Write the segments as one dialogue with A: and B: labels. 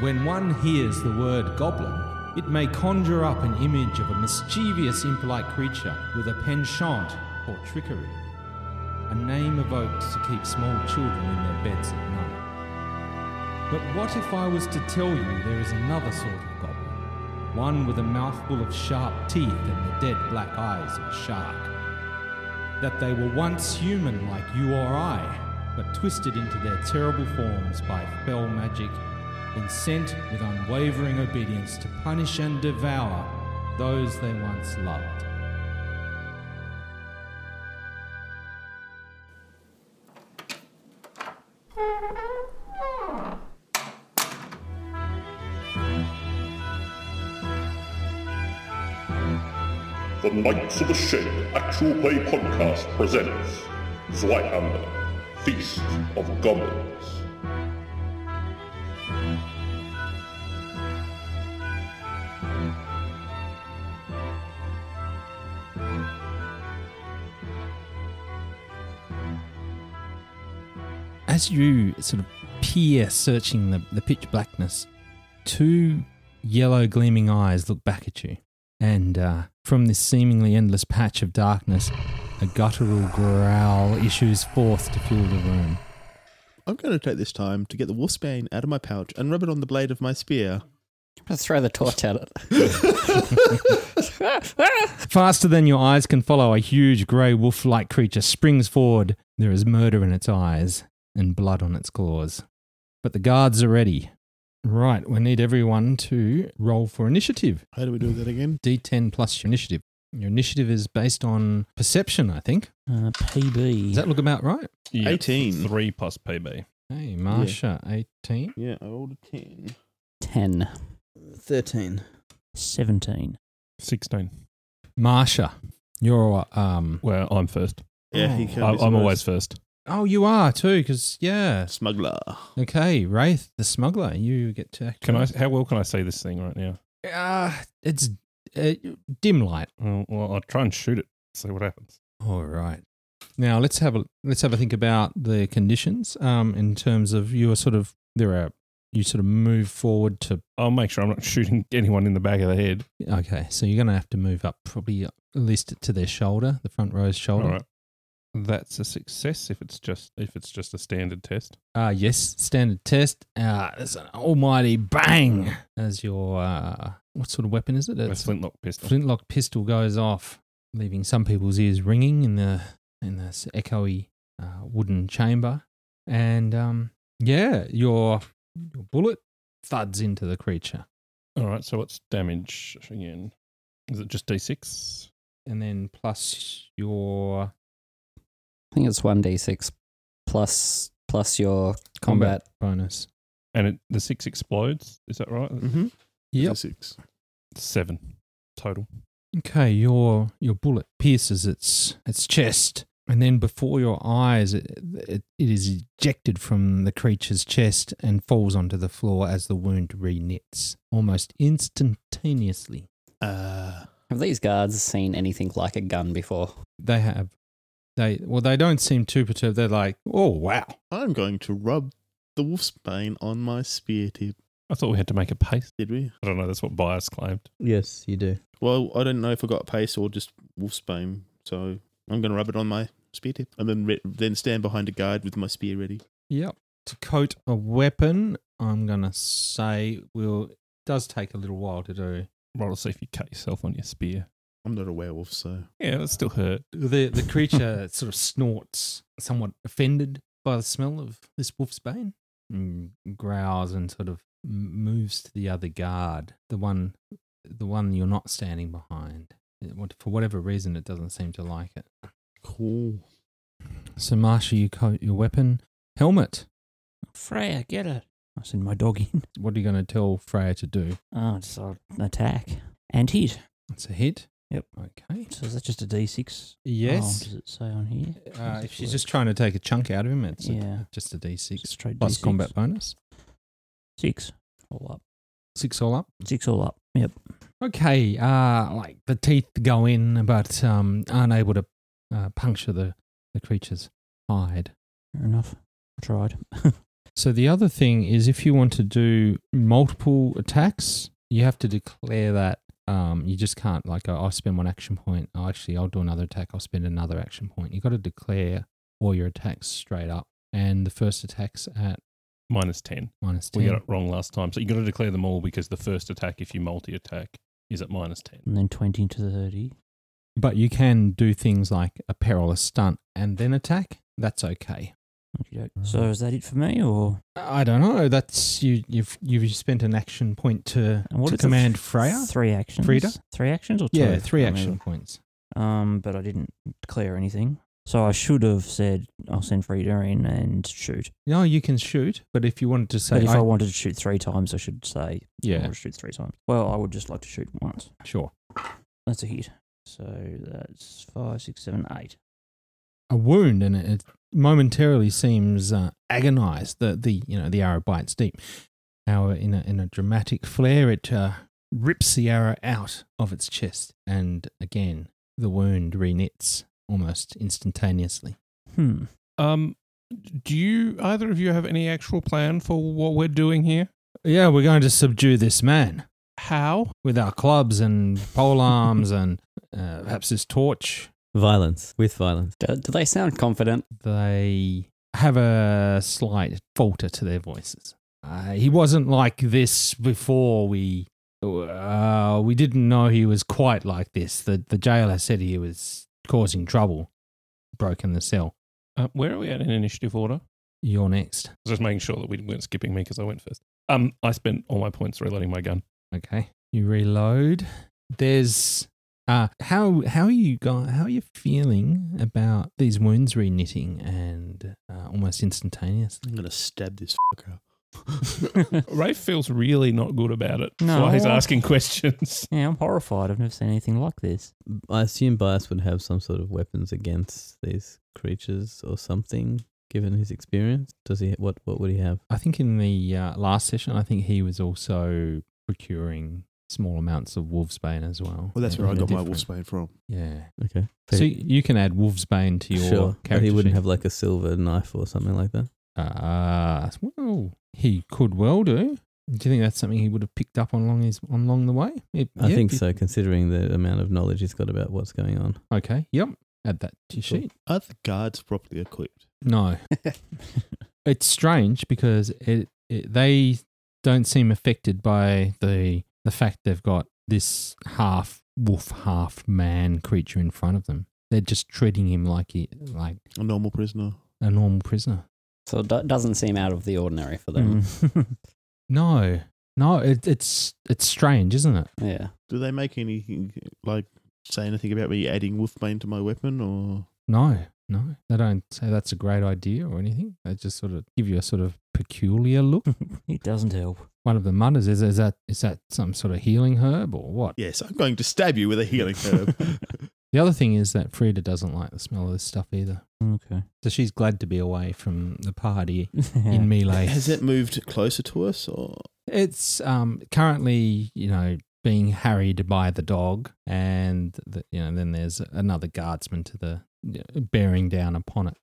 A: When one hears the word goblin, it may conjure up an image of a mischievous, impolite creature with a penchant for trickery, a name evoked to keep small children in their beds at night. But what if I was to tell you there is another sort of goblin, one with a mouthful of sharp teeth and the dead black eyes of a shark? that they were once human like you or I, but twisted into their terrible forms by fell magic, and sent with unwavering obedience to punish and devour those they once loved.
B: The Knights of the Shed Actual Play Podcast presents Zweihander, Feast of Goblins.
A: As you sort of peer, searching the, the pitch blackness, two yellow gleaming eyes look back at you. And uh, from this seemingly endless patch of darkness, a guttural growl issues forth to fill the room.
C: I'm going to take this time to get the wolfsbane out of my pouch and rub it on the blade of my spear.
D: I'm gonna throw the torch at it.
A: Faster than your eyes can follow, a huge grey wolf like creature springs forward. There is murder in its eyes and blood on its claws. But the guards are ready. Right, we need everyone to roll for initiative.
C: How do we do that again?
A: D10 plus your initiative. Your initiative is based on perception, I think.
D: Uh,
A: Does
D: PB.
A: that look about right?
E: Yeah,
C: 18.
E: Three plus PB.
A: Hey, Marsha, 18.
C: Yeah, I rolled a 10.
D: 10,
F: 13.
D: 17.
E: 16.
A: Marsha, you're. um.
E: Well, I'm first.
C: Yeah, he
A: Oh.
C: can
E: I, I'm always first.
A: Oh, you are too, because, yeah.
C: Smuggler.
A: Okay, Wraith, the smuggler, you get to.
E: Can I? How well can I see this thing right now?
A: Uh, it's uh, dim light.
E: Well, well, I'll try and shoot it. See what happens.
A: All right. Now let's have a let's have a think about the conditions. Um, in terms of you are sort of there are you sort of move forward to.
E: I'll make sure I'm not shooting anyone in the back of the head.
A: Okay, so you're going to have to move up probably at least to their shoulder, the front row's shoulder.
E: All right. That's a success if it's just if it's just a standard test.
A: Uh, yes, standard test. Uh, it's an almighty
E: Mm.
A: bang as your uh, what sort of weapon is it?
E: a
A: It's
E: flintlock pistol.
A: flintlock pistol goes off, leaving some people's ears ringing in the in this echoey uh, wooden chamber. And um, yeah, your your bullet thuds into the creature,
E: All right. So what's damage again? Is it just D6?
A: and then plus your
D: I think it's 1d6 plus plus your
A: combat,
D: combat.
A: bonus.
E: And it, the six explodes. Is that right?
C: Mm-hmm.
A: Yep.
C: Six.
E: Seven total.
A: Okay, your your bullet pierces its its chest, and then before your eyes, it, it, it is ejected from the creature's chest and falls onto the floor as the wound re-knits almost instantaneously.
C: Uh,
D: Have these guards seen anything like a gun before?
A: They have. They well, they don't seem too perturbed. They're like, oh wow.
C: I'm going to rub the wolfsbane on my spear tip.
E: I thought we had to make a pace.
C: Did we?
E: I don't know. That's what bias claimed.
F: Yes, you do.
C: Well, I don't know if I got pace or just wolfsbane, so I'm going to rub it on my spear tip and then re- then stand behind a guard with my spear ready.
A: Yep. To coat a weapon, I'm gonna say will does take a little while to do.
E: Roll to see if you cut yourself on your spear.
C: I'm not a werewolf, so
E: Yeah, that still hurt.
A: The the creature sort of snorts, somewhat offended by the smell of this wolf's bane, and growls and sort of m- moves to the other guard, the one the one you're not standing behind. It- what- For whatever reason, it doesn't seem to like it.
C: cool.
A: So, Marsha, you coat your weapon. Helmet.
D: Freya, get it. I send my dog in.
A: What are you going to tell Freya to do?
D: Oh, it's an attack. And hit.
A: It's a hit.
D: Yep.
A: Okay.
D: So is that just a d6? Oh,
A: Yes.
D: does it say on here?
A: uh,
D: Does
A: if
D: it
A: she's
D: work?
A: just trying to take a chunk out of him, it's a-
D: Yeah.
A: just a d6
D: straight
A: plus
D: D6.
A: combat bonus.
D: Six. All up.
A: Six all up.
D: Six all up. Yep.
A: Okay. Uh, like the teeth go in, but um, aren't able to uh, puncture the, the creature's hide.
D: Fair enough. I tried.
A: So the other thing is, if you want to do multiple attacks, you have to declare that. Um, you just can't like oh, I spend one action point. Oh, actually, I'll do another attack. I'll spend another action point. You got to declare all your attacks straight up, and the first attacks at
E: minus 10.
A: minus ten.
E: We got it wrong last time. So you got to declare them all because the first attack, if you multi attack, is at minus 10.
D: and then 20 to 30.
A: But you can do things like a perilous stunt and then attack. That's okay.
D: Okey-doke. So is that it for me, or
A: I don't know. That's you. You've you've spent an action point to,
D: and what
A: to
D: is the th-
A: command Freya.
D: Three actions.
A: Frida?
D: Three actions or two?
A: yeah, three
D: I can't
A: action
D: remember.
A: points.
D: Um, but I didn't declare anything, so I should have said I'll send Frida in and shoot.
A: No, you can shoot, but if you wanted to say,
D: but if I,
A: I-
D: wanted to shoot three times, I should say I
A: yeah,
D: want to shoot three times. Well, I would just like to shoot once.
A: sure.
D: That's a hit. So that's five, six, seven, eight.
A: A wound, and it momentarily seems uh, agonized. The the you know the arrow bites deep. However, in a in a dramatic flare, it uh, rips the arrow out of its chest, and again the wound reknits almost instantaneously.
D: Hmm.
E: Um, do you either of you have any actual plan for what we're doing here?
A: Yeah, we're going to subdue this man
E: How?
A: with our clubs and pole arms and uh, perhaps his torch.
G: Violence with violence.
D: Do, do they sound confident?
A: they have a slight falter to their voices. Uh, he wasn't like this before we. Uh, we didn't know he was quite like this. The the jailer said he was causing trouble, broken the cell.
E: Uh, where are we at in initiative order?
A: You're next.
E: Just making sure that we weren't skipping me because I went first. Um, I spent all my points reloading my gun.
A: Okay, you reload. There's uh, how how are you go How are you feeling about these wounds re-knitting and uh, almost instantaneously?
C: I'm gonna stab this fucker.
E: Rafe feels really not good about it. That's
D: No.
E: why he's asking questions.
D: Yeah, I'm horrified. I've never seen anything like this.
G: I assume Bias would have some sort of weapons against these creatures or something, given his experience. Does he? What? What would he have?
A: I think in the uh, last session, I think he was also procuring small amounts of wolfsbane as well.
C: Well, that's
A: In
C: where I
A: a
C: got my
A: different-
C: wolf's bane from.
A: Yeah.
G: Okay.
A: So you can add wolfsbane to your
G: sure, but
A: character.
G: he wouldn't
A: sheet.
G: have like a silver knife or something like that.
A: Ah, well, he could well do. Do you think that's something he would have picked up on along his on along the way? It-
G: I
A: yeah,
G: think
A: if-
G: so, considering the amount of knowledge he's got about what's going on.
A: Okay. Yep. Add that to your sheet.
C: Are the guards properly equipped?
A: No, it's strange because it, it they don't seem affected by the the fact they've got this half wolf, half man creature in front of them. They're just treating him like he like
C: A normal prisoner.
A: a normal prisoner.
D: so it do- doesn't seem out of the ordinary for them.
A: No, no, it, it's it's strange, isn't it?
D: yeah.
C: Do they make anything like say anything about me adding wolfbane to my weapon or?
A: No, no, they don't say that's a great idea or anything. They just sort of give you a sort of peculiar look.
D: It doesn't help.
A: One of them mutters, "Is, is that is that some sort of healing herb or what?"
C: Yes, I'm going to stab you with a healing herb.
A: The other thing is that Frida doesn't like the smell of this stuff either.
D: Okay.
A: So she's glad to be away from the party in melee.
C: Has it moved closer to us or?
A: It's um, currently, you know, being harried by the dog, and the, you know, then there's another guardsman to the bearing down upon it.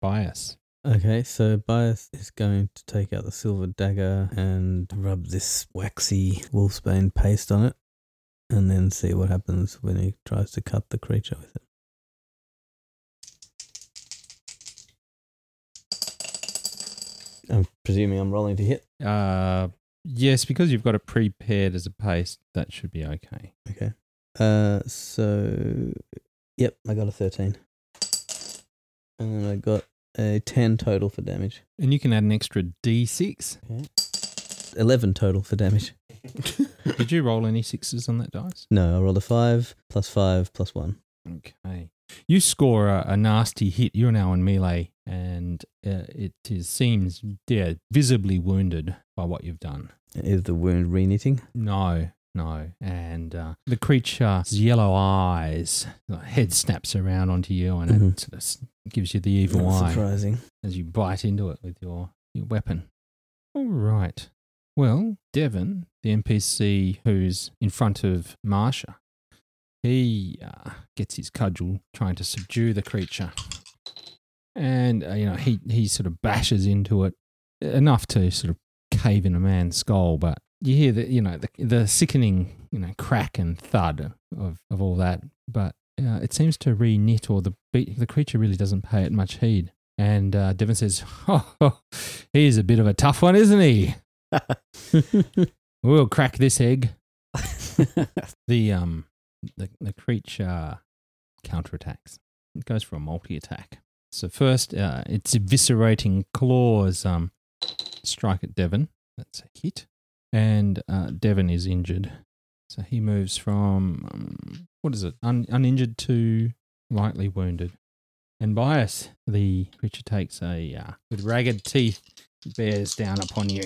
A: Bias.
G: Okay, so Bias is going to take out the silver dagger and rub this waxy wolfsbane paste on it, and then see what happens when he tries to cut the creature with it. I'm presuming I'm rolling to hit.
A: Uh, yes, because you've got it prepared as a paste, that should be okay.
G: Okay. Uh, so yep, I got a thirteen, and then I got a ten total for damage.
A: And you can add an extra d6.
G: Okay. Eleven total for damage.
A: Did you roll any sixes on that dice?
G: No, I rolled a five plus five plus one.
A: Okay. You score a, a nasty hit. You're now in melee, and uh, it is, seems yeah, visibly wounded by what you've done.
G: Is the wound reknitting?
A: No, no. And uh, the creature's yellow eyes, the head snaps around onto you, and
G: Mhm.
A: it sort of s- gives you the evil
G: That's
A: eye
G: surprising.
A: as you bite into it with your, your weapon. All right. Well, Devon, the NPC who's in front of Marsha, he uh, gets his cudgel trying to subdue the creature. And, uh, you know, he, he sort of bashes into it enough to sort of cave in a man's skull, but you hear the you know the, the sickening you know crack and thud of, of all that, but uh, it seems to re knit or the be- the creature really doesn't pay it much heed. And uh, Devon says, "Oh, he's a bit of a tough one, isn't he? We'll crack this egg." The um the the creature counterattacks. It goes for a multi attack. So first, uh, its eviscerating claws um strike at Devon. That's a hit, and uh, Devon is injured. So he moves from um, what is it, Un- uninjured to lightly wounded. And bias, the creature takes a uh, with ragged teeth bears down upon you.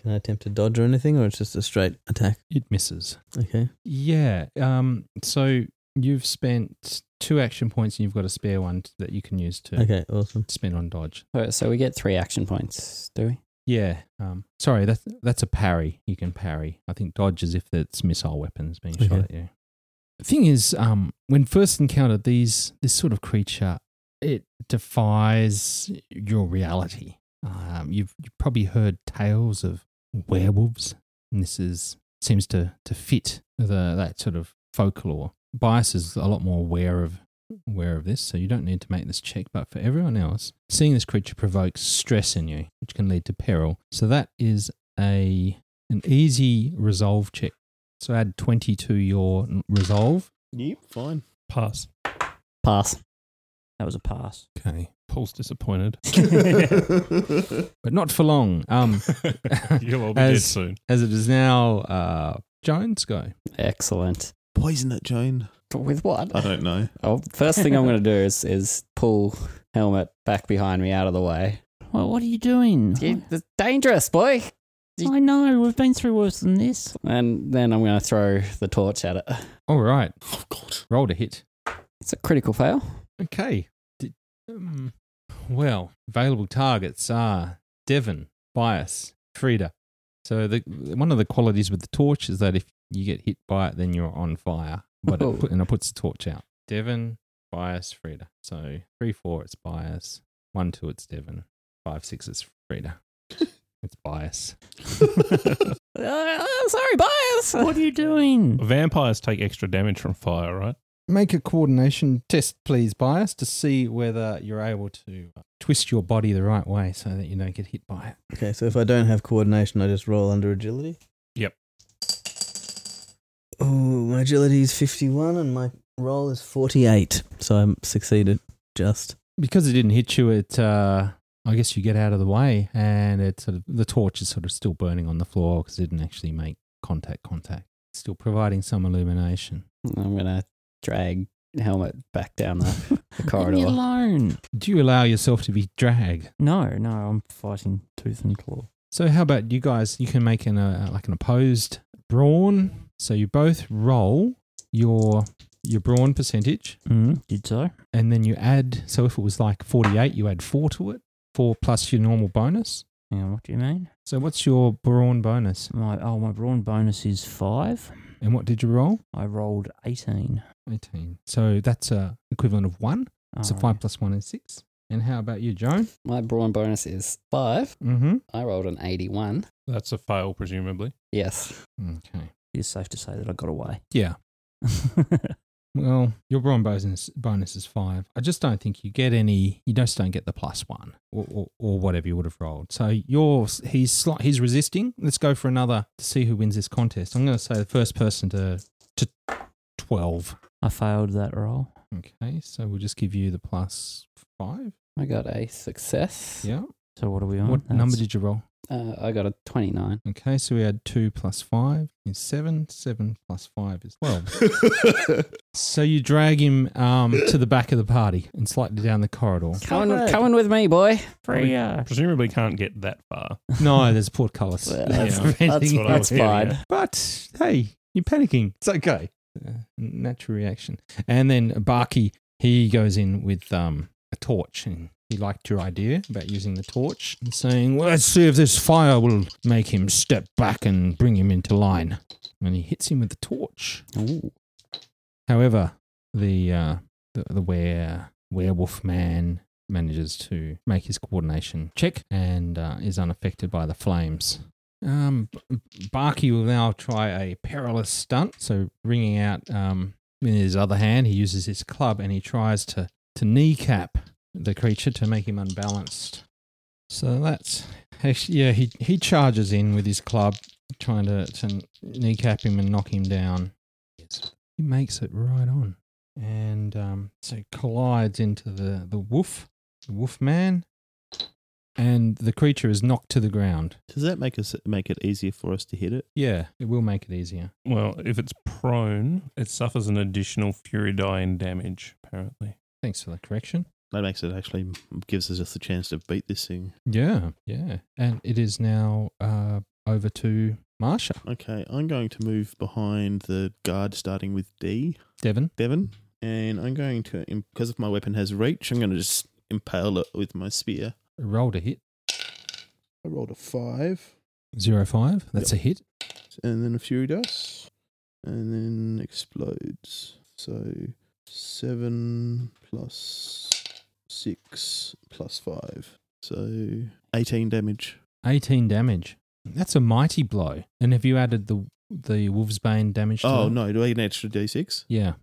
G: Can I attempt to dodge or anything, or it's just a straight attack?
A: It misses.
G: Okay.
A: Yeah. Um. So you've spent two action points, and you've got a spare one that you can use to
G: Okay, awesome.
A: spend on dodge.
H: Alright, so we get three action points, do we?
A: Yeah. Um. Sorry. That's that's a parry. You can parry. I think dodge is if it's missile weapons being shot
G: Okay.
A: at you. The thing is, um, when first encountered these this sort of creature, it defies your reality. Um, you've, you've probably heard tales of werewolves, and this is seems to to fit the that sort of folklore. Bias is a lot more aware of aware of this, so you don't need to make this check. But for everyone else, seeing this creature provokes stress in you, which can lead to peril. So that is a an easy resolve check. So add twenty to your n- resolve.
C: Yep, fine.
E: Pass.
H: Pass.
D: That was a pass.
A: Okay,
E: Paul's disappointed.
A: but not for long. Um,
E: You'll all be dead
A: As-
E: soon.
A: as it is now, uh, Jones go.
H: Excellent.
C: Poison it, Jane.
H: But with what?
C: I don't know.
H: Oh, first thing I'm going to do is, is pull helmet back behind me out of the way.
D: Well, what are you doing?
H: You- It's dangerous, boy.
D: I know we've been through worse than this.
H: And then I'm going to throw the torch at it.
A: All right,
C: Oh god.
A: rolled a hit.
H: It's a critical fail.
A: Okay. Did, um, well, available targets are Devon, Bias, Frida. So the one of the qualities with the torch is that if you get hit by it, then you're on fire. But
H: Oh.
A: it put, and it puts the torch out. Devon, Bias, Frida. So three, four, it's Bias. One, two, it's Devon. Five, six, it's Frida. it's Bias.
H: Uh, sorry, bias.
D: What are you doing?
E: Vampires take extra damage from fire, right?
A: Make a coordination test, please, Bias, to see whether you're able to uh, twist your body the right way so that you don't get hit by it.
G: Okay, so if I don't have coordination, I just roll under agility.
E: Yep.
G: Oh, my agility is 51 and my roll is 48. So I succeeded just.
A: because it didn't hit you, it uh, I guess you get out of the way, and it sort of the torch is sort of still burning on the floor because it didn't actually make contact. Contact still providing some illumination.
H: I'm going to drag helmet back down the, the
D: Leave me
H: corridor.
D: alone.
A: Do you allow yourself to be dragged?
D: No, no, I'm fighting tooth and claw.
A: So how about you guys? You can make an uh, like an opposed brawn. So you both roll your your brawn percentage,
D: Mm, did so.
A: and then you add. So if it was like forty eight, you add four to it, four plus your normal bonus.
D: Yeah, what do you mean?
A: So what's your brawn bonus,
D: My oh, my brawn bonus is five.
A: and what did you roll?
D: I rolled eighteen.
A: 18. So that's a equivalent of one. so
D: Oh,
A: five plus one is six. And how about you, Joan?
H: My brawn bonus is five.
A: Mm-hmm.
H: I rolled an 81.
E: That's a fail, presumably.
H: Yes.
A: Okay.
D: It's safe to say that I got away.
A: Yeah. Well, your brawn bonus bonus is five. I just don't think you get any. You just don't get the plus one or, or, or whatever you would have rolled. So yours, he's sli- he's resisting. Let's go for another to see who wins this contest. I'm going to say the first person to to twelve.
D: I failed that roll.
A: Okay, so we'll just give you the plus five.
H: I got a success.
A: Yeah.
D: So what are we on?
A: What number
D: That's-
A: did you roll?
H: Uh, I got a 29.
A: Okay, so we add two plus five is seven. Seven plus five is twelve. so you drag him um, to the back of the party and slightly down the corridor.
H: Come on, come on with me, boy.
D: Freya.
E: Presumably can't get that far.
A: No, there's portcullis.
H: Well,
E: that's-
A: preventing
E: what I
A: it.
E: was
H: That's fine.
E: getting at.
A: But hey, you're panicking. It's okay. Uh, natural reaction. And then Barky, he goes in with um, a torch and he liked your idea about using the torch and saying, well, let's see if this fire will make him step back and bring him into line. And he hits him with the torch.
H: Ooh.
A: However, the uh, the, the were werewolf man manages to make his coordination check and uh, is unaffected by the flames. Um, B- Barky will now try a perilous stunt. So, ringing out um, in his other hand, he uses his club and he tries to, to kneecap the creature to make him unbalanced. So that's actually, yeah, he, he charges in with his club, trying to, to kneecap him and knock him down. He makes it right on and um, so collides into the, the wolf, the wolf man, and the creature is knocked to the ground.
C: Does that make us make it easier for us to hit it?
A: Yeah, it will make it easier.
E: Well, if it's prone, it suffers an additional fury die in damage, apparently.
A: Thanks for the correction.
C: That makes it actually gives us the chance to beat this thing.
A: Yeah, yeah. And it is now uh, over to Marsha.
C: Okay, I'm going to move behind the guard, starting with D,
A: Devon.
C: Devon, and I'm going to im- because if my weapon has reach, I'm going to just impale it with my spear.
A: Roll to hit.
C: I rolled a five,
A: Zero five. That's a hit.
C: and then a fury dice, and then explodes. So seven plus six plus five, so eighteen damage.
A: 18 damage. That's a mighty blow. And have you added the the wolf's bane damage to
C: Oh
A: that?
C: no, do I get an extra d6?
A: Yeah.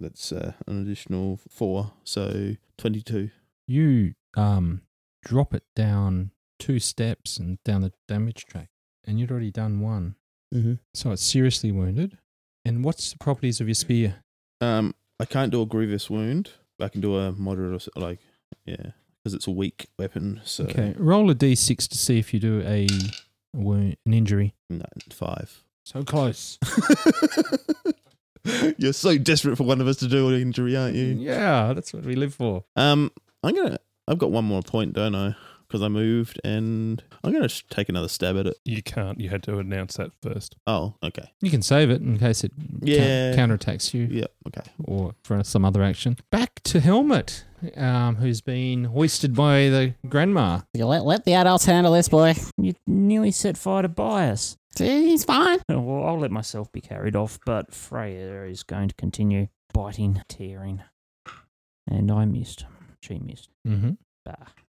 C: That's uh, an additional four, so twenty-two.
A: you um drop it down two steps and down the damage track and you'd already done one
F: Mm-hmm.
A: so it's seriously wounded and what's the properties of your spear
C: Um, I can't do a grievous wound. But I can do a moderate, or s- like, yeah, because it's a weak weapon. So
A: okay roll a d6 to see if you do a wound an injury
C: no, five.
A: so close
C: You're so desperate for one of us to do an injury, aren't you?
A: yeah that's what we live for
C: Um, I'm gonna. I've got one more point, don't I? Because I moved, and I'm gonna sh- take another stab at it.
E: You can't. You had to announce that first.
C: Oh, okay.
A: you can save it in case it coun-
C: Yeah.
A: counterattacks you
C: Yeah, okay.
A: or for some other action back to helmet um, who's been hoisted by the grandma
H: You let, let the adults handle this, boy.
D: You nearly set fire to bias.
H: He's fine.
D: Well, I'll let myself be carried off, but Freya is going to continue biting, tearing. And I missed. She missed.
A: mm-hmm.
D: Bah.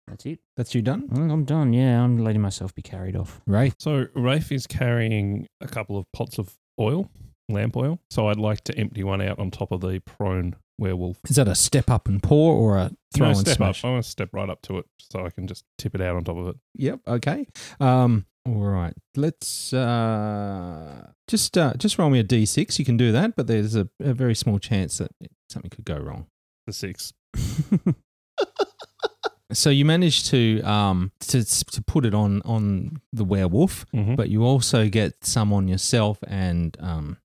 D: That's it.
A: that's you done
D: Mm, I'm done. Yeah, I'm letting myself be carried off.
A: right
E: So Rafe is carrying a couple of pots of oil, lamp oil. So I'd like to empty one out on top of the prone werewolf.
A: Is that a step up and pour or a throw
E: No,
A: and
E: step
A: smash?
E: up. I want to step right up to it so I can just tip it out on top of it.
A: Yep. Okay. Um. All right. Let's uh just uh just roll me a d6. You can do that, but there's a, a very small chance that something could go wrong.
E: The six.
A: So you managed to um to to put it on on the werewolf,
E: Mm-hmm.
A: but you also get some on yourself and um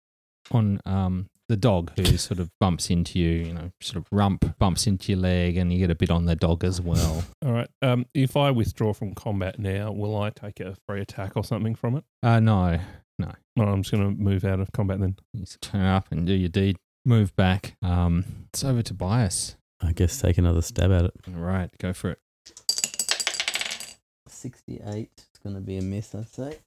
A: on um the dog who sort of bumps into you, you know, sort of rump bumps into your leg, and you get a bit on the dog as well.
E: All right. Um, if I withdraw from combat now, will I take a free attack or something from it?
A: Uh no.
E: No, I'm just going to move out of combat then.
A: You just turn up and do your deed. Move back. Um, it's over to Bias.
G: I guess take another stab at it.
A: Right, go for it.
F: 68. It's going to be a miss, I'd say.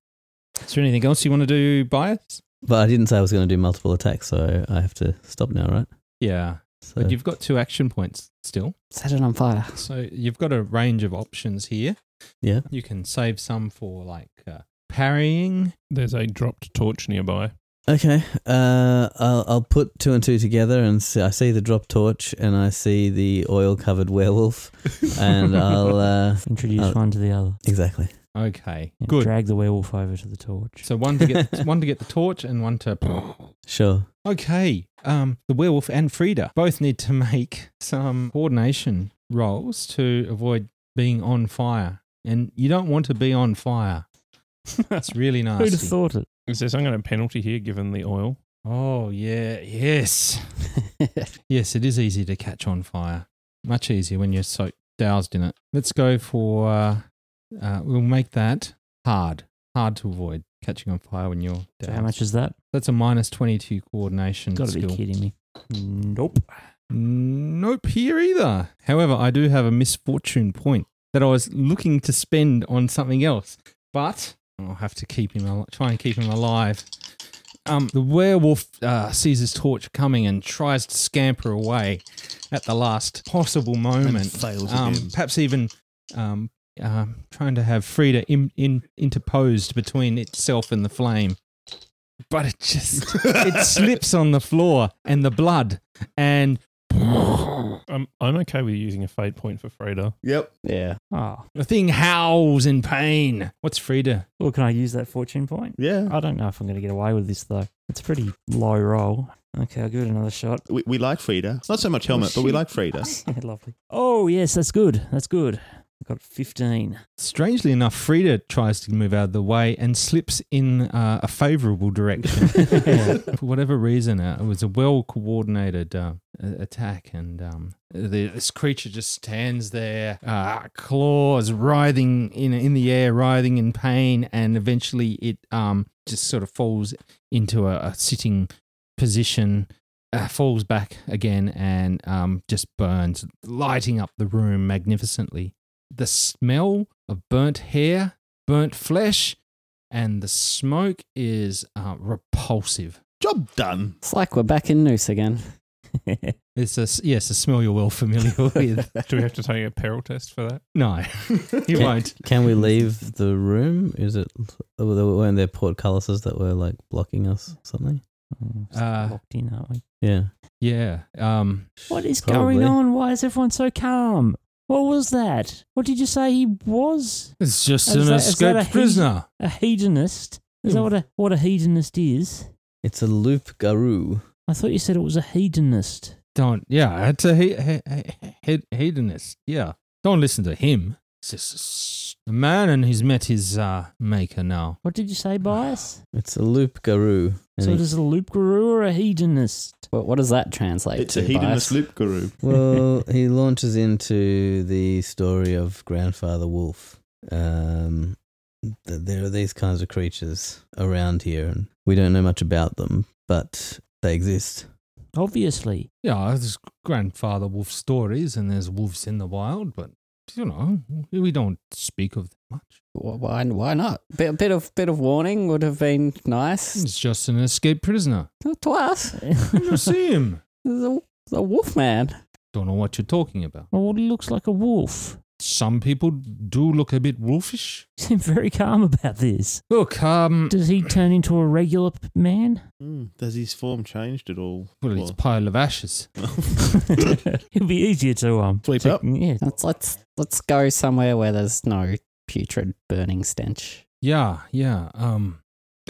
A: Is there anything else you want to do, Bias?
G: But I didn't say I was going to do multiple attacks, so I have to stop now, right?
A: Yeah,
G: So
A: but you've got two action points still,
H: Set it on fire.
A: so you've got a range of options here.
G: yeah,
A: You can save some for like uh, parrying.
E: There's a dropped torch nearby.
G: okay. Uh, I'll I'll put two and two together, and see, I see the drop torch, and I see the oil covered werewolf, and I'll uh,
D: Introduce
G: Oh.
D: one to the other.
G: exactly.
A: Okay,
D: And
A: good.
D: Drag the werewolf over to the torch.
A: So one to get one to get the torch and one to.
G: Sure.
A: Okay, um, the werewolf and Frida both need to make some coordination rolls to avoid being on fire, and you don't want to be on fire. That's really
D: Who'd have
A: nasty.
D: thought it?
E: Is there some kind of penalty here given the oil?
A: Oh yeah, yes, yes. It is easy to catch on fire. Much easier when you're so doused in it. Let's go for. Uh, uh, we'll make that hard, hard to avoid catching on fire when you're doused.
D: So how much is that?
A: That's a minus twenty-two coordination
D: Gotta
A: skill.
D: be kidding me. Nope.
A: Nope, here either. However, I do have a misfortune point that I was looking to spend on something else, but I'll have to keep him. Al- try and keep him alive. Um, the werewolf uh, sees his torch coming and tries to scamper away at the last possible moment.
C: fails
A: um,
C: again.
A: Perhaps even um, uh, trying to have Frida in, in, interposed between itself and the flame. But it just it slips on the floor and the blood and
E: I'm, I'm okay with using a fade point for Freda.
C: Yep.
H: Yeah.
D: Oh,
A: the thing howls in pain. What's Frida?
D: well, can I use that fortune point?
C: Yeah.
D: I don't know if I'm going to get away with this though. It's a pretty low roll. Okay, I'll give it another shot.
C: We, we like Frida. It's not so much helmet, but we like Frida.
D: Yeah, lovely. Oh yes, that's good. That's good. I got 15.
A: Strangely enough, Frida tries to move out of the way and slips in uh, a favorable direction. For whatever reason, uh, it was a well coordinated uh, a- attack, and um, the, this creature just stands there, uh, claws writhing in, in the air, writhing in pain, and eventually it um, just sort of falls into a, a sitting position. Uh, falls back again and um, just burns, lighting up the room magnificently the smell of burnt hair, burnt flesh, and the smoke is uh, repulsive.
C: Job done.
H: It's like we're back in Noose again.
A: It's a yes, a smell you're well familiar with.
E: Do we have to take a peril test for that?
A: No, you
G: Yeah.
A: won't.
G: Can we leave the room? Is it oh, there weren't there portcullises that were like blocking us or something?
D: Mm, it's
A: Uh,
D: locked in, aren't we?
G: Yeah.
A: Yeah. Um.
D: What is
G: Probably.
D: going on? Why is everyone so calm? What was that? What did you say he was?
A: It's just
D: Is
A: an
D: that- is
A: escaped
D: that a he-
A: prisoner.
D: A hedonist? Is that what a what a hedonist is?
G: It's a loop garou.
D: I thought you said it was a hedonist.
A: Don't. Yeah. It's a he- he- he- he- hedonist. Yeah. Don't listen to him. It's just a s- a man, and he's met his uh, maker now.
D: What did you say, Bias?
G: It's a loop garou. And
D: so
G: he-
D: it is a loop guru or a hedonist?
H: What, what does that translate
C: It's
H: to?
C: a hedonist
H: Bias?
C: loop guru.
G: well, he launches into the story of Grandfather Wolf. Um, th- there are these kinds of creatures around here, and we don't know much about them, but they exist.
D: Obviously.
A: Yeah. There's grandfather wolf stories, and there's wolves in the wild, but you know we don't speak of them much.
H: Wh- Why? Why not? Bit, bit of bit of warning would have been nice.
A: It's just an escaped prisoner.
H: Not to us.
A: You see him.
H: The, the wolf man.
A: Don't know what you're talking about.
D: Well, what he looks like a wolf.
A: Some people do look a bit wolfish.
D: You seem very calm about this.
A: Look, um,
D: Does he turn into a regular p- man?
C: Hmm. Does his form changed at all?
A: well, it's a pile of ashes.
D: It'd be easier to um.
C: Sweep
D: to-
C: up.
D: Yeah.
H: Let's let's let's go somewhere where there's no putrid burning stench.
A: Yeah, yeah. Um,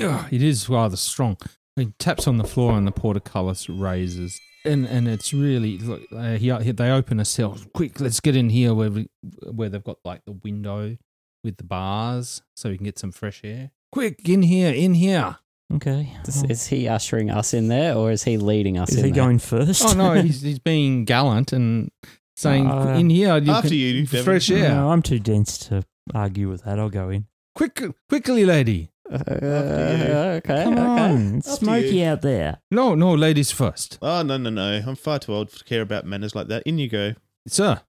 A: ugh, it is rather strong. He taps on the floor, and the portcullis raises. And and it's really look. Uh, he, he- they open a cell. Quick, let's get in here where we, where they've got like the window with the bars, so we can get some fresh air. Quick, in here, in here.
D: Okay.
H: Is,
D: Well,
H: is he ushering us in there, or is he leading us?
D: Oh. is
H: in
D: he
H: there?
D: going first?
A: Oh no, he's he's being gallant and saying
D: Uh,
A: in here you
C: After
A: can-
C: you, Devin.
A: fresh air.
D: No, I'm too dense to argue with that. I'll go in.
A: Quick, quickly, lady.
H: Uh,
C: After you.
H: okay.
D: Come
H: okay.
D: on, it's
C: Up to
D: smoky
C: you.
D: out there.
A: No, no, ladies first,
C: Oh no no no! I'm far too old to care about manners like that. In you go.
A: sir.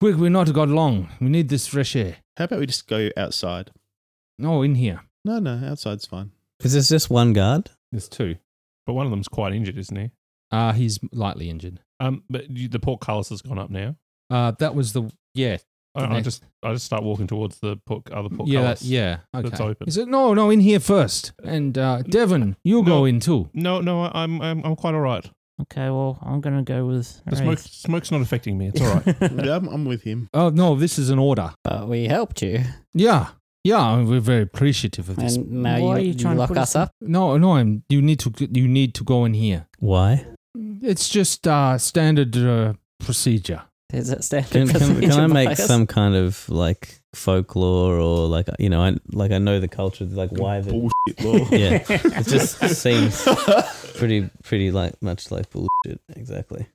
A: Quick, we're not got long. We need this fresh air.
C: How about we just go outside?
A: No, in here.
C: No no, outside's fine.
G: Because there's just one guard.
A: There's two.
E: But one of them's quite injured, isn't he?
A: Uh he's lightly injured.
E: Um, but you, the portcullis has gone up now.
A: Uh, that was the yeah,
E: I, I
A: Next.
E: just I just start walking towards the port, other portcullis.
A: yeah, that, yeah. Okay.
E: That's open.
A: He said, no, no, in here first. And uh, Devon, you go
E: No.
A: in too.
E: No, no, I, I'm, I'm I'm quite all right.
D: Okay, well, I'm gonna go with.
E: The smoke smoke's not affecting me. It's all right.
C: yeah, I'm, I'm with him.
A: Oh no, this is an order.
H: But we helped you,
A: Yeah, yeah. We're very appreciative of this.
H: and now
D: Why
H: you,
D: are you
H: you,
D: trying to
H: lock
D: put
H: us
D: us
H: up.
A: no, no. I'm, you need to. You need to go in here.
G: Why?
A: It's just uh, standard uh, procedure.
H: Is it standard
G: Can, can,
H: procedure
G: can I make
H: bias?
G: some kind of like folklore or like you know I like I know the culture like why the
C: Bullshit law.
G: yeah it just seems pretty pretty like much like bullshit exactly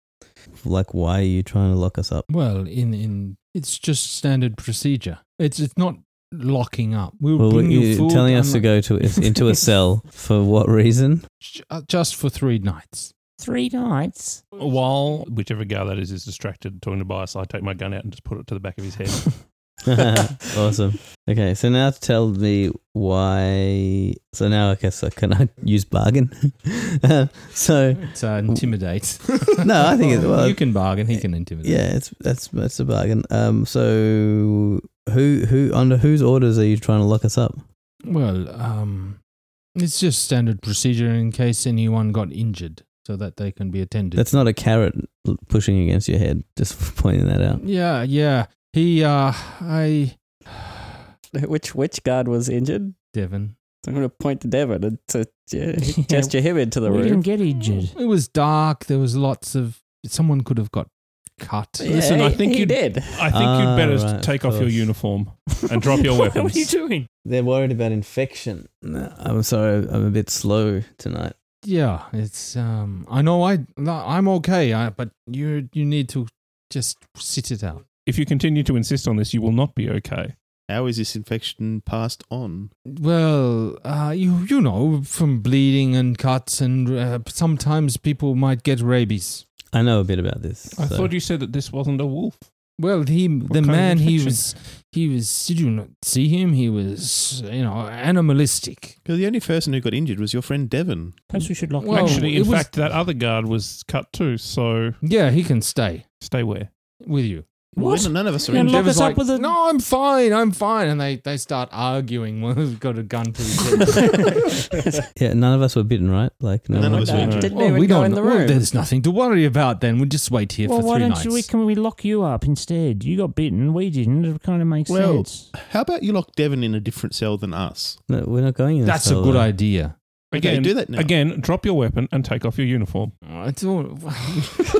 G: like why are you trying to lock us up
A: Well, in in it's just standard procedure. It's it's not locking up. We'll
G: well
A: bring you
G: you're
A: food
G: telling us to
A: unlo-
G: go to into a cell for what reason
A: ju- uh, just for three nights.
D: Three nights.
E: While whichever guy that is is distracted talking to Bias, I take my gun out and just put it to the back of his head.
G: awesome. Okay, so now tell me why. So now I guess I can I use bargain. Uh, so
A: It's uh, intimidate.
G: no, I think it's well,
A: you can bargain. He can intimidate.
G: yeah, it's that's that's a bargain. Um, so who who under whose orders are you trying to lock us up?
A: Well, um, it's just standard procedure in case anyone got injured, so that they can be attended.
G: That's not a carrot l- pushing against your head. Just pointing that out.
A: yeah, yeah. He, uh, I,
H: Which which guard was injured?
A: Devon.
H: So I'm going to point to Devon and to, yeah,
D: Yeah.
H: gesture him into the
D: we didn't
H: room.
D: get injured.
A: It was dark. There was lots of. Someone could have got cut.
H: Yeah,
E: Listen, I
H: he-
E: think
H: he
E: you'd-
H: did.
E: I think
G: Ah,
E: you'd better
G: right, of
E: take off your
G: course.
E: uniform and drop your
D: what are you
E: weapons.
D: doing?
G: They're worried about infection. No, I'm sorry, I'm a bit slow tonight.
A: Yeah, it's. Um, I know. I, no, I'm okay. I, but you, you need to just sit it out.
E: if you continue to insist on this, you will not be okay.
C: How is this infection passed on?
A: Well, uh, you, you know, from bleeding and cuts, and uh, sometimes people might get rabies.
G: I know a bit about this.
E: I
G: so-
E: thought you said that this wasn't a wolf.
A: Well, he, the
E: kind of
A: man, he
E: infection?
A: was, he was. Did you not see him? He was, you know, animalistic.
C: Because the only person who got injured was your friend Devon.
D: Perhaps we should lock
A: Well,
D: him up.
E: Actually, in
A: it was-
E: fact, that other guard was cut too. So
A: Yeah, he can stay
E: stay where.
A: with you.
D: What?
C: None, none of us are
D: Yeah,
C: injured.
D: Lock
A: Devin's
D: us up with a-
A: No, I'm fine. I'm fine. And they they start arguing. One's got a gun to his head.
G: Yeah, none of us were bitten, right? Like no
C: None of
G: one-
C: us were injured.
A: Oh,
H: Didn't even go in the
A: well,
H: room.
A: there's nothing to worry about. Then we'll just wait here
D: Well,
A: for
D: why
A: 3
D: don't
A: nights.
D: you, we, can we lock you up instead? You got bitten, we didn't. It kind of makes
C: Well,
D: sense.
C: How about you lock Devon in a different cell than us?
G: No, we're not going. In
A: That's a
E: uh,
A: good
G: idea.
A: idea.
C: Okay,
E: Again,
C: do that now.
E: Again, drop your weapon and take off your uniform.
A: Oh, It's all.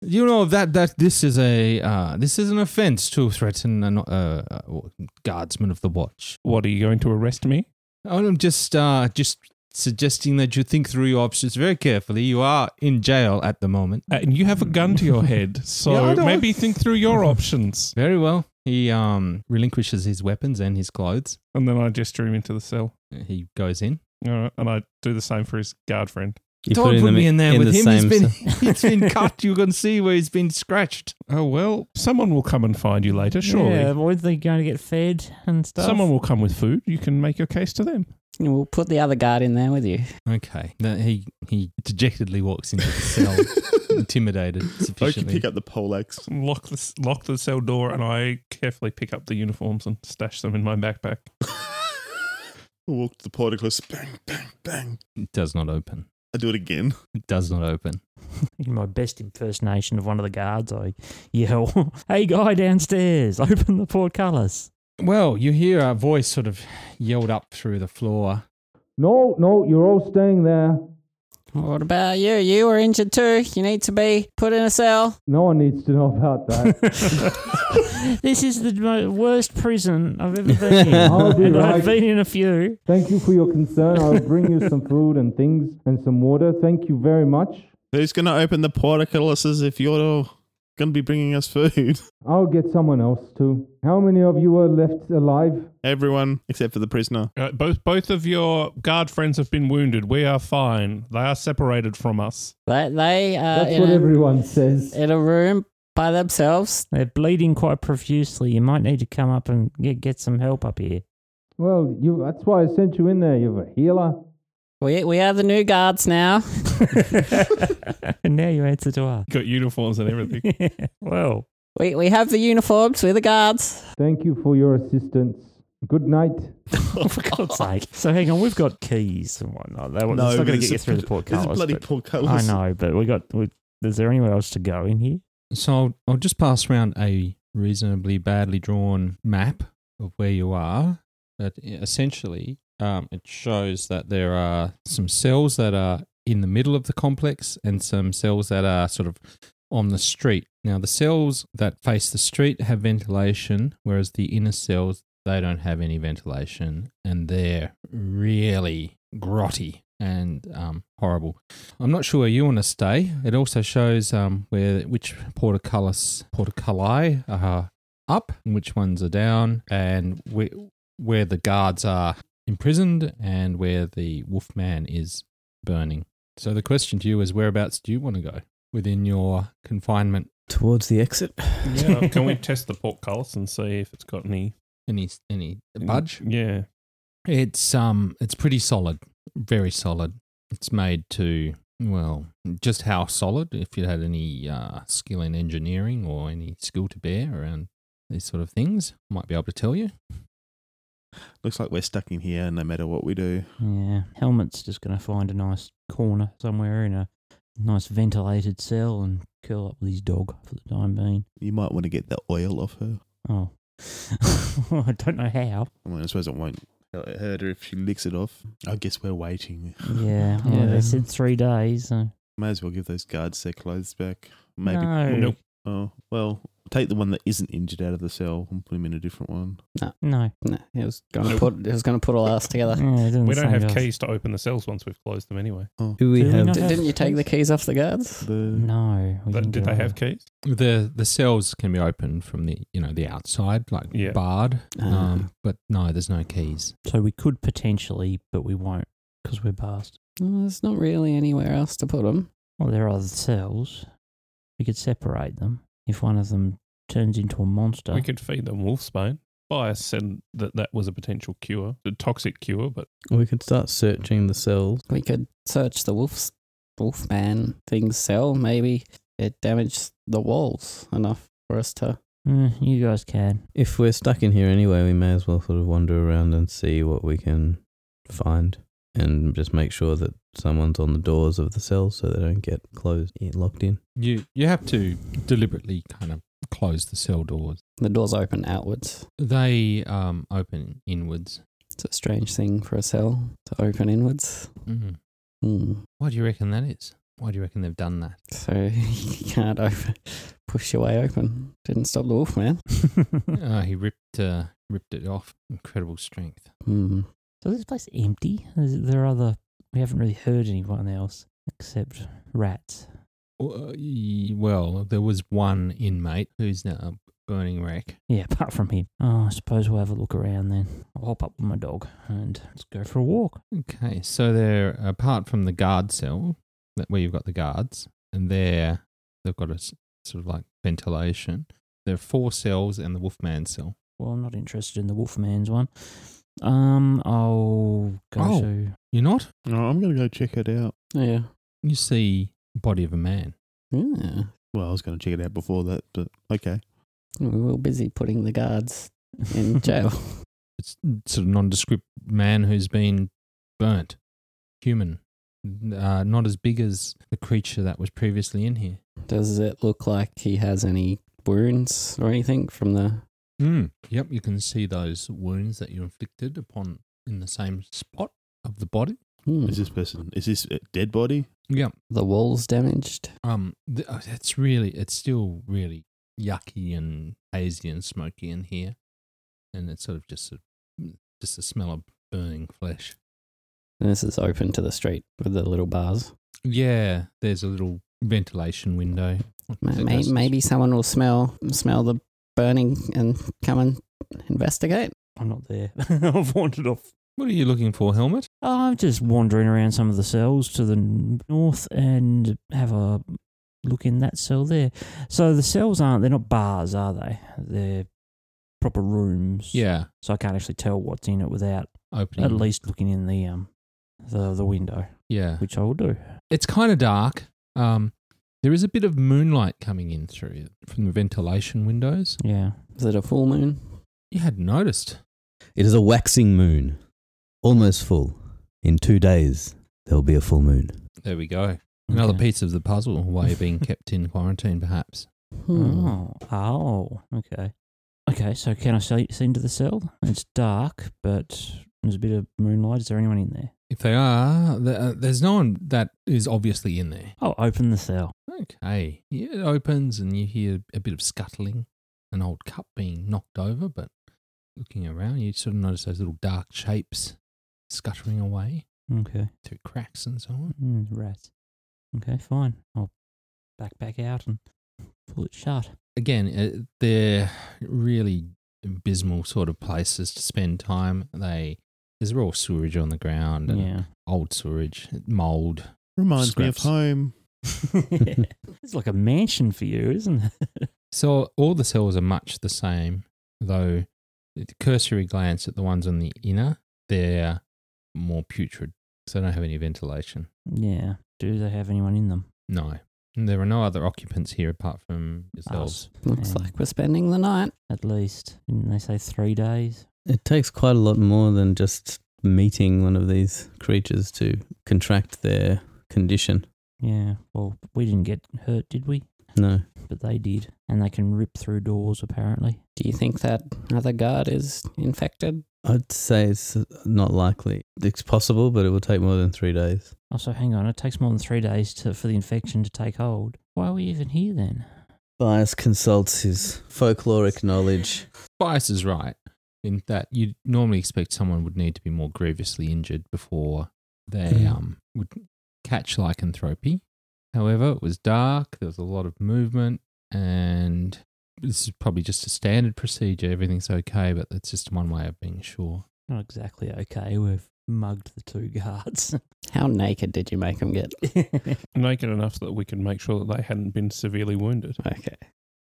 A: you know that that this is a uh, this is an offence to threaten a uh, uh, guardsman of the watch.
E: What are you going to arrest me?
A: I'm just uh, just suggesting that you think through your options very carefully. You are in jail at the moment.
E: Uh, And you have a gun to your head,
A: Yeah,
E: so
A: I don't-
E: maybe think through your options.
A: Very well. He um, relinquishes his weapons and his clothes.
E: And then I gesture him into the cell.
A: He goes in.
E: All right, and I do the same for his guard friend.
G: You
A: Don't put
G: them
A: me in there with
G: the
A: him. He's
G: same
A: been
G: cell.
A: he's been cut. You can see where he's been scratched.
E: Oh well, someone will come and find you later, surely.
D: Yeah, weren't they going to get fed and stuff?
E: someone will come with food. You can make your case to them.
H: We'll put the other guard in there with you.
A: Okay. Then he he dejectedly walks into the cell, intimidated
C: I can
A: sufficiently.
C: pick up the poleaxe.
E: Lock the lock the cell door, and I carefully pick up the uniforms and stash them in my backpack.
C: Walk to the portcullis. Bang, bang, bang.
A: It does not open.
C: I do it again.
A: It does not open.
D: In my best impersonation of one of the guards, I yell, Hey guy downstairs, open the portcullis.
A: Well, you hear a voice sort of yelled up through the floor. No, no, you're all staying there.
H: What about you? You were injured too. You need to be put in a cell.
A: No one needs to know about that.
D: This is the mo- worst prison I've ever been in.
A: I'll be
D: and
A: right.
D: I've been in a few.
A: Thank you for your concern. I'll bring you some food and things and some water. Thank you very much.
C: Who's going to open the portcullises if you're going to be bringing us food?
A: I'll get someone else too. How many of you are left alive?
C: Everyone except for the prisoner.
E: Uh, both both of your guard friends have been wounded. We are fine. They are separated from us.
H: They, they are
A: That's
H: in
A: what
H: a,
A: everyone says.
H: in a room by themselves.
D: They're bleeding quite profusely. You might need to come up and get, get some help up here.
A: Well, you that's why I sent you in there. You're a healer.
H: We, we are the new guards now.
D: and now you answer to us.
E: Got uniforms and everything.
D: well,
H: We, we have the uniforms. We're the guards.
A: Thank you for your assistance. Good night.
D: for God's sake. So hang on, we've got keys and whatnot. That, no,
C: No,
D: it's
C: but
D: not going to
C: it's
D: get you
C: a-
D: through the
C: It's
D: portcullis.
C: a bloody
D: but- I
C: portcullis.
D: know, but we got. We, is there anywhere else to go in here?
A: So I'll, I'll just pass around a reasonably badly drawn map of where you are. That essentially um, it shows that there are some cells that are in the middle of the complex and some cells that are sort of on the street. Now the cells that face the street have ventilation, whereas the inner cells they don't have any ventilation and they're really grotty and um, horrible. I'm not sure where you want to stay. It also shows um, where which portcullis portculli are up and which ones are down, and where, where the guards are imprisoned and where the wolfman is burning. So the question to you is, whereabouts do you want to go within your confinement?
G: towards the exit.
E: Yeah, can we test the portcullis and see if it's got any
A: Any any
E: Mm.
A: budge?
E: Yeah.
A: It's um it's pretty solid, very solid. It's made to well, just how solid if you had any uh, skill in engineering or any skill to bear around these sort of things, might be able to tell you.
C: Looks like we're stuck in here no matter what we do.
D: Yeah, helmet's just going to find a nice corner somewhere in a nice ventilated cell and curl up with his dog for the time being.
C: You might want to get the oil off her.
D: Oh, I don't know how.
C: I mean, I suppose it won't hurt her if she licks it off. I guess we're waiting.
D: Yeah, well,
A: Yeah.
D: they said three days. So.
C: May as well give those guards their clothes back. Maybe.
D: No.
E: Nope.
C: Oh, well, take the one that isn't injured out of the cell and put him in a different one.
D: No,
H: No, it was gonna put it was gonna put all us
D: yeah,
H: together.
D: it doesn't
E: We don't
D: save
E: have
D: us.
E: keys to open the cells once we've closed them anyway.
C: Oh,
G: Do we
D: Do we
G: have
D: not
H: D-
D: have-
H: didn't you take the keys off the guards?
C: the
D: No, we
E: But
D: didn't
E: did
D: do
E: they
D: that.
E: have keys?
A: The the cells can be opened from the you know the outside, like
E: Yeah.
A: barred.
H: Ah.
A: Um, but no, there's no keys.
D: So we could potentially, but we won't because we're past.
H: Well, there's not really anywhere else to put them.
D: Well, there are the cells. We could separate them. If one of them turns into a monster,
E: We could feed them wolfsbane. Bias said that that was a potential cure, a toxic cure, but
G: we could start searching the cells.
H: We could search the wolf's wolfman thing's cell. Maybe it damaged the walls enough for us to.
D: Eh, you guys can.
G: If we're stuck in here anyway, we may as well sort of wander around and see what we can find and just make sure that someone's on the doors of the cells so they don't get closed locked in.
A: You you have to deliberately kind of close the cell doors.
H: The doors open outwards.
A: They um open inwards.
H: It's a strange thing for a cell to open inwards.
A: Mm.
H: Hmm.
A: Why do you reckon that is? Why do you reckon they've done that?
H: So you can't open, push your way open. Didn't stop the wolf, man.
A: Uh, he ripped uh, ripped it off. Incredible strength.
H: Hmm.
D: So this place empty. Is there other? We haven't really heard anyone else except rats.
A: Well, uh, y- Well, there was one inmate who's now a burning wreck.
D: Yeah, apart from him. Oh, I suppose we'll have a look around then. I'll hop up with my dog and let's go for a walk.
A: Okay, so they're apart from the guard cell that where you've got the guards, and there they've got a s- sort of like ventilation. There are four cells and the Wolfman cell.
D: Well, I'm not interested in the Wolfman's one. Um, I'll go
A: Oh.
D: to.
A: You're not.
C: Oh, I'm going to go check it out.
H: Yeah.
A: You see the body of a man.
H: Yeah.
C: Well, I was going to check it out before that, but okay.
H: We were busy putting the guards in jail.
A: It's sort of nondescript man who's been burnt, human, N- uh, not as big as the creature that was previously in here.
H: Does it look like he has any wounds or anything from the?
A: Mm. Yep, you can see those wounds that you inflicted upon in the same spot of the body.
H: Hmm.
C: Is this person, is this a dead body?
A: Yep.
H: the walls damaged?
A: Um, th- oh, that's really, it's still really yucky and hazy and smoky in here, and it's sort of just a, just a smell of burning flesh.
H: And this is open to the street with the little bars.
A: Yeah, there's a little ventilation window.
H: Ma-
A: It
H: may-
A: goes-
H: Maybe someone will smell smell the burning and come and investigate.
D: I'm not there. I've wandered off.
A: What are you looking for, helmet?
D: I'm just wandering around some of the cells to the n- north and have a look in that cell there. So the cells aren't, they're not bars, are they? They're proper rooms.
A: Yeah,
D: So I can't actually tell what's in it without
A: opening.
D: at least looking in the um the the window,
A: Yeah,
D: which I will do.
A: it's kind of dark. Um, there is a bit of moonlight coming in through from the ventilation windows.
D: Yeah.
H: Is it a full moon?
A: You hadn't noticed.
G: It is a waxing moon, almost full. In two days, there'll be a full moon.
A: There we go. Another
D: Okay.
A: piece of the puzzle why you're being kept in quarantine, perhaps.
H: Hmm.
D: Oh. Oh. Okay. Okay. So can I see, see into the cell? It's dark, but there's a bit of moonlight. Is there anyone in there?
A: If they are, th- uh, there's no one that is obviously in there.
D: Oh, open the cell.
A: Okay. Yeah, It opens and you hear a bit of scuttling, an old cup being knocked over, but looking around, you sort of notice those little dark shapes scuttering away
D: Okay.
A: through cracks and so on.
D: Mm, rats. Okay. Fine. I'll back back out and pull it shut.
A: Again, uh, they're really abysmal sort of places to spend time. They there's raw sewerage on the ground and
D: Yeah.
A: old sewerage, mold.
C: Reminds me of
A: Scraps.
C: home.
D: it's like a mansion for you, isn't it?
A: So all the cells are much the same, though a cursory glance at the ones on the inner, they're more putrid. So they don't have any ventilation.
D: Yeah. Do they have anyone in them?
A: No. And there are no other occupants here apart from yourselves.
D: Us,
H: Looks
D: and
H: like we're spending the night.
D: at least. Didn't they say three days?
G: It takes quite a lot more than just meeting one of these creatures to contract their condition.
D: Yeah. Well, we didn't get hurt, did we?
G: No.
D: But they did, and they can rip through doors apparently.
H: Do you think that other guard is infected?
G: I'd say it's not likely. It's possible, but it will take more than three days.
D: Also, hang on. It takes more than three days to, for the infection to take hold. Why are we even here then?
G: Bias consults his folkloric knowledge.
A: Bias is right in that you'd normally expect someone would need to be more grievously injured before they
G: Hmm.
A: um, would catch lycanthropy. However, it was dark, there was a lot of movement, and this is probably just a standard procedure. Everything's okay, but that's just one way of being sure.
D: Not exactly okay. We've mugged the two guards.
H: How naked did you make him get?
E: Naked enough so that we can make sure that they hadn't been severely wounded.
H: Okay.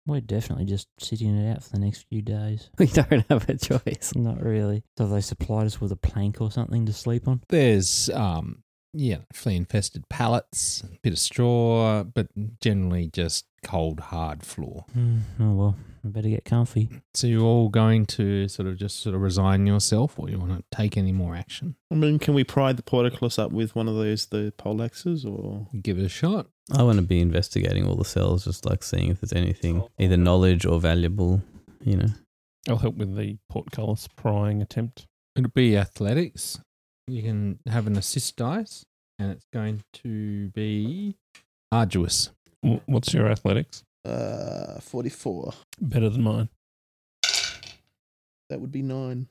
D: We're definitely just sitting it out for the next few days.
H: We don't have a choice.
D: Not really. So they supplied us with a plank or something to sleep on.
A: There's um yeah, flea infested pallets, a bit of straw, but generally just cold hard floor.
D: Hmm, oh well, I better get comfy.
A: So you're all going to sort of just sort of resign yourself or you want to take any more action?
C: I mean, can we pry the portcullis up with one of those the pole axes or
A: Give it a shot.
G: I want to be investigating all the cells, just like seeing if there's anything, either knowledge or valuable, you know.
E: I'll help with the portcullis prying attempt.
A: It'll be athletics. You can have an assist dice and it's going to be arduous.
E: W- What's your athletics?
C: uh forty four?
E: Better than mine.
C: That would be nine.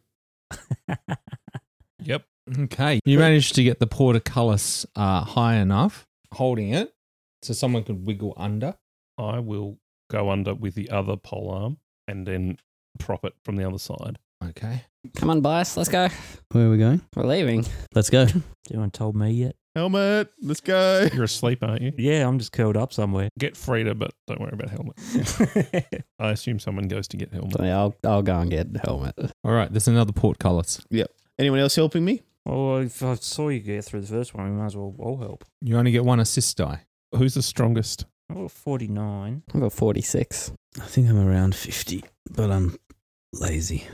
E: Yep.
A: Okay. You managed to get the portcullis uh, high enough, holding it so someone could wiggle under.
E: I will go under with the other pole arm and then prop it from the other side.
A: Okay.
H: Come on, Bias, let's go.
G: Where are we going?
H: We're leaving.
G: Let's go.
D: Anyone told me yet?
C: Helmet, let's go.
E: You're asleep, aren't you?
D: Yeah, I'm just curled up somewhere.
E: Get Frida, but don't worry about helmet. I assume someone goes to get helmet.
H: So I'll, I'll go and get the helmet.
A: All right. There's another portcullis.
C: Anyone else helping me?
D: well, if I saw you get through the first one, we might as well all help.
A: You only get one assist die.
E: Who's the strongest?
D: Oh, 49.
H: I've got 46.
G: I think I'm around 50, but I'm lazy.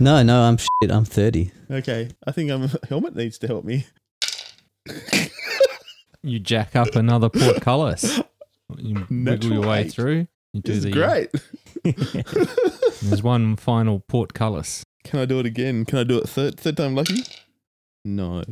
G: No, no, I'm shit. I'm 30.
C: Okay, I think I'm helmet needs to help me.
A: you jack up another portcullis. You wiggle
C: Natural
A: your way
C: eight.
A: through. You do
C: This
A: the
C: is great.
A: There's one final portcullis.
C: Can I do it again? Can I do it third third time lucky? No,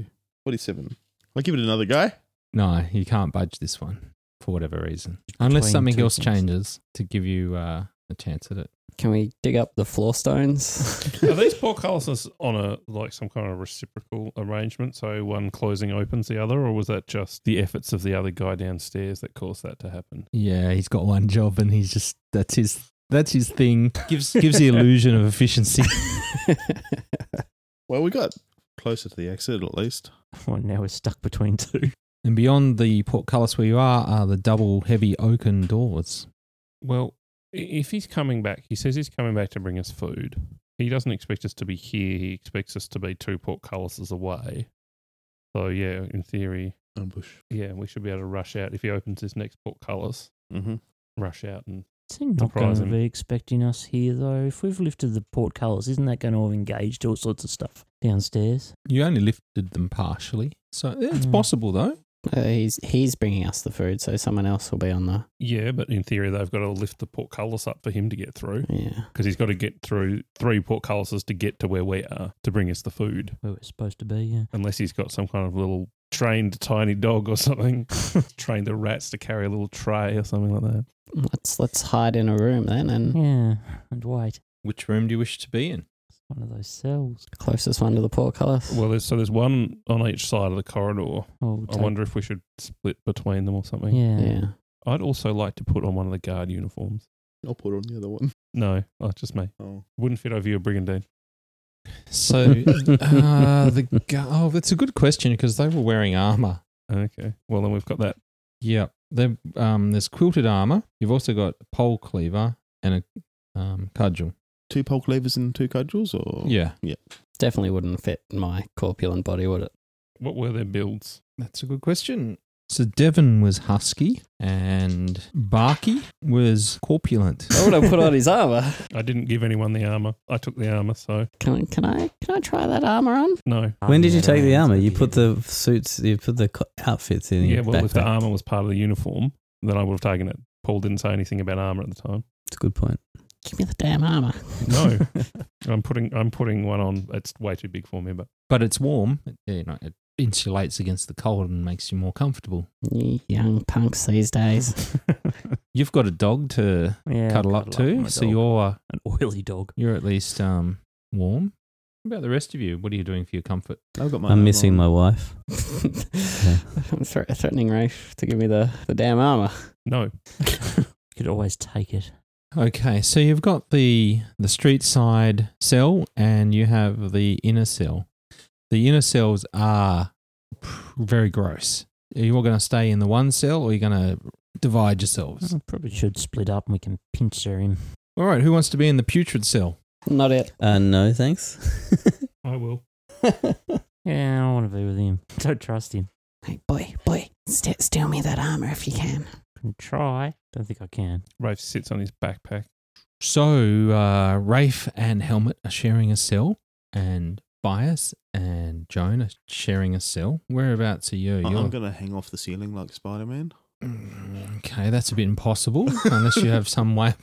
C: forty seven. I'll give it another go.
A: No, you can't budge this one for whatever reason, unless
D: Between
A: something
D: two
A: else
D: things.
A: changes to give you uh, a chance at it.
H: Can we dig up the floor stones?
E: Are these portcullises on a like some kind of reciprocal arrangement? So one closing opens the other, or was that just the efforts of the other guy downstairs that caused that to happen?
A: Yeah, he's got one job, and he's just that's his that's his thing. Gives gives the illusion of efficiency.
C: Well, we got closer to the exit at least.
D: Well, now we're stuck between two.
A: And beyond the portcullis where you are are the double heavy oaken doors.
E: Well, i- if he's coming back, he says he's coming back to bring us food. He doesn't expect us to be here. He expects us to be two portcullises away. So yeah, in theory,
C: Ambush.
E: yeah, we should be able to rush out if he opens his next portcullis.
C: Mm-hmm.
E: Rush out and
D: Is he not going to
E: Surprising.
D: be expecting us here, though? If we've lifted the portcullis, isn't that going to have engaged all sorts of stuff downstairs?
A: You only lifted them partially, so it's
D: Hmm.
A: possible though.
H: Uh, he's he's bringing us the food, so someone else will be on the
E: yeah, but in theory, they've got to lift the portcullis up for him to get through.
H: yeah.
E: because he's got to get through three portcullises to get to where we are to bring us the food,
D: Where we're supposed to be, yeah.
E: unless he's got some kind of little trained tiny dog or something, trained the rats to carry a little tray or something like that.
H: Let's let's hide in a room then, and
D: Yeah, and wait.
A: Which room do you wish to be in?
D: It's one of those cells.
H: closest one to the portcullis.
E: Well, there's, so there's one on each side of the corridor.
D: Oh, we'll
E: I wonder if we should split between them or
D: take-
E: something.
D: Yeah.
H: yeah.
E: I'd also like to put on one of the guard uniforms.
C: I'll put on the other one.
E: No, oh, just me.
C: Oh,
E: Wouldn't fit over your brigandine.
A: So uh, the gu- oh, that's a good question because they were wearing armor
E: Okay. Well, then we've got that.
A: Yeah. They're, um, there's quilted armor. You've also got a pole cleaver and a um, cudgel.
C: Two pole cleavers and two cudgels, or
A: Yeah.
H: Definitely wouldn't fit my corpulent body, would it?
E: What were their builds?
A: That's a good question. So Devon was husky and Barky was corpulent.
H: I would have put on his armor.
E: I didn't give anyone the armor. I took the armor, so
H: Can can I can I try that armor on?
E: no.
G: When did you take the armor? You put the suits, you put the co- outfits in.
E: Yeah,
G: your
E: well, if the
G: backpack.
E: armor was part of the uniform, then I would have taken it. Paul didn't say anything about armor at the time.
G: It's a good point.
H: Give me the damn armor.
E: No, I'm putting I'm putting one on. It's way too big for me, but
A: But it's warm. It, you know, it insulates against the cold and makes you more comfortable.
H: You young punks these days.
A: You've got a dog to
D: Yeah,
A: cuddle up to,
D: my
A: so
D: dog.
A: you're
D: an oily dog.
A: you're at least um, warm. What about the rest of you? What are you doing for your comfort?
C: I've got my.
G: I'm
C: arm
G: missing
C: on.
G: my wife.
H: I'm thre- threatening Rafe to give me the, the damn armor.
E: no.
D: Could always take it.
A: Okay, so you've got the the street side cell and you have the inner cell. The inner cells are very gross. Are you all going to stay in the one cell or are you going to divide yourselves?
D: Mm, Probably should split up and we can pincer him.
A: All right, who wants to be in the putrid cell?
H: Not it.
G: Uh, no, thanks.
E: I will.
D: Yeah, I don't want to be with him. Don't trust him.
H: Hey, boy, boy, st- steal me that armor if you can.
D: Can try. Don't think I can.
E: Rafe sits on his backpack.
A: So, uh, Rafe and Helmet are sharing a cell, and Bias and Joan are sharing a cell. Whereabouts are you?
C: I-
A: You're-
C: I'm gonna hang off the ceiling like Spider Man.
A: okay, that's a bit impossible unless you have some way.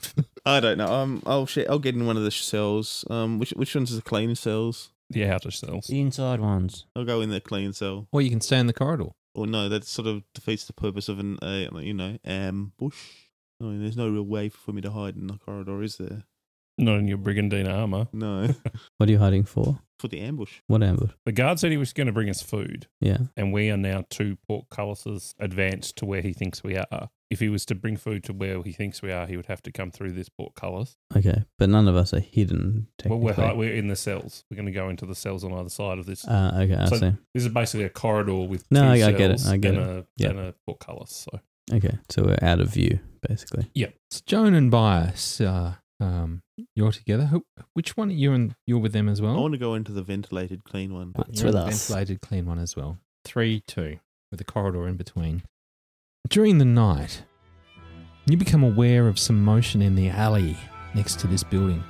C: I don't know. Um, I'll share, I'll get in one of the sh- cells. Um, which which ones are the clean cells?
E: The outer cells.
D: The inside ones.
C: I'll go in the clean cell.
A: Or you can stay in the corridor.
C: Or no, that sort of defeats the purpose of an uh, you know ambush. I mean, there's no real way for me to hide in the corridor, is there?
E: Not in your brigandine armor.
C: No,
G: what are you hiding for?
C: for the ambush.
G: What ambush?
E: The guard said he was going to bring us food,
G: Yeah.
E: and we are now two portcullises advanced to where he thinks we are. If he was to bring food to where he thinks we are, he would have to come through this portcullis.
G: Okay, but none of us are hidden.
E: Well,
G: Technically.
E: we're, hi- we're in the cells. We're going to go into the cells on either side of this.
G: uh, okay, I
E: So-
G: see.
E: this is basically a corridor with
G: No,
E: two
G: I- I
E: cells
G: get it, I get
E: and,
G: it.
E: A,
G: Yeah.
E: and a portcullis. So
G: Okay, so we're out of view, basically.
A: It's Joan and Bias. Uh, um, you're together. Who, which one are you and you're with them as well?
C: I want to go into the ventilated clean one.
H: That's
A: You're
H: with
A: in a
H: us.
A: Ventilated clean one as well. Three, two, with a corridor in between. During the night, you become aware of some motion in the alley next to this building.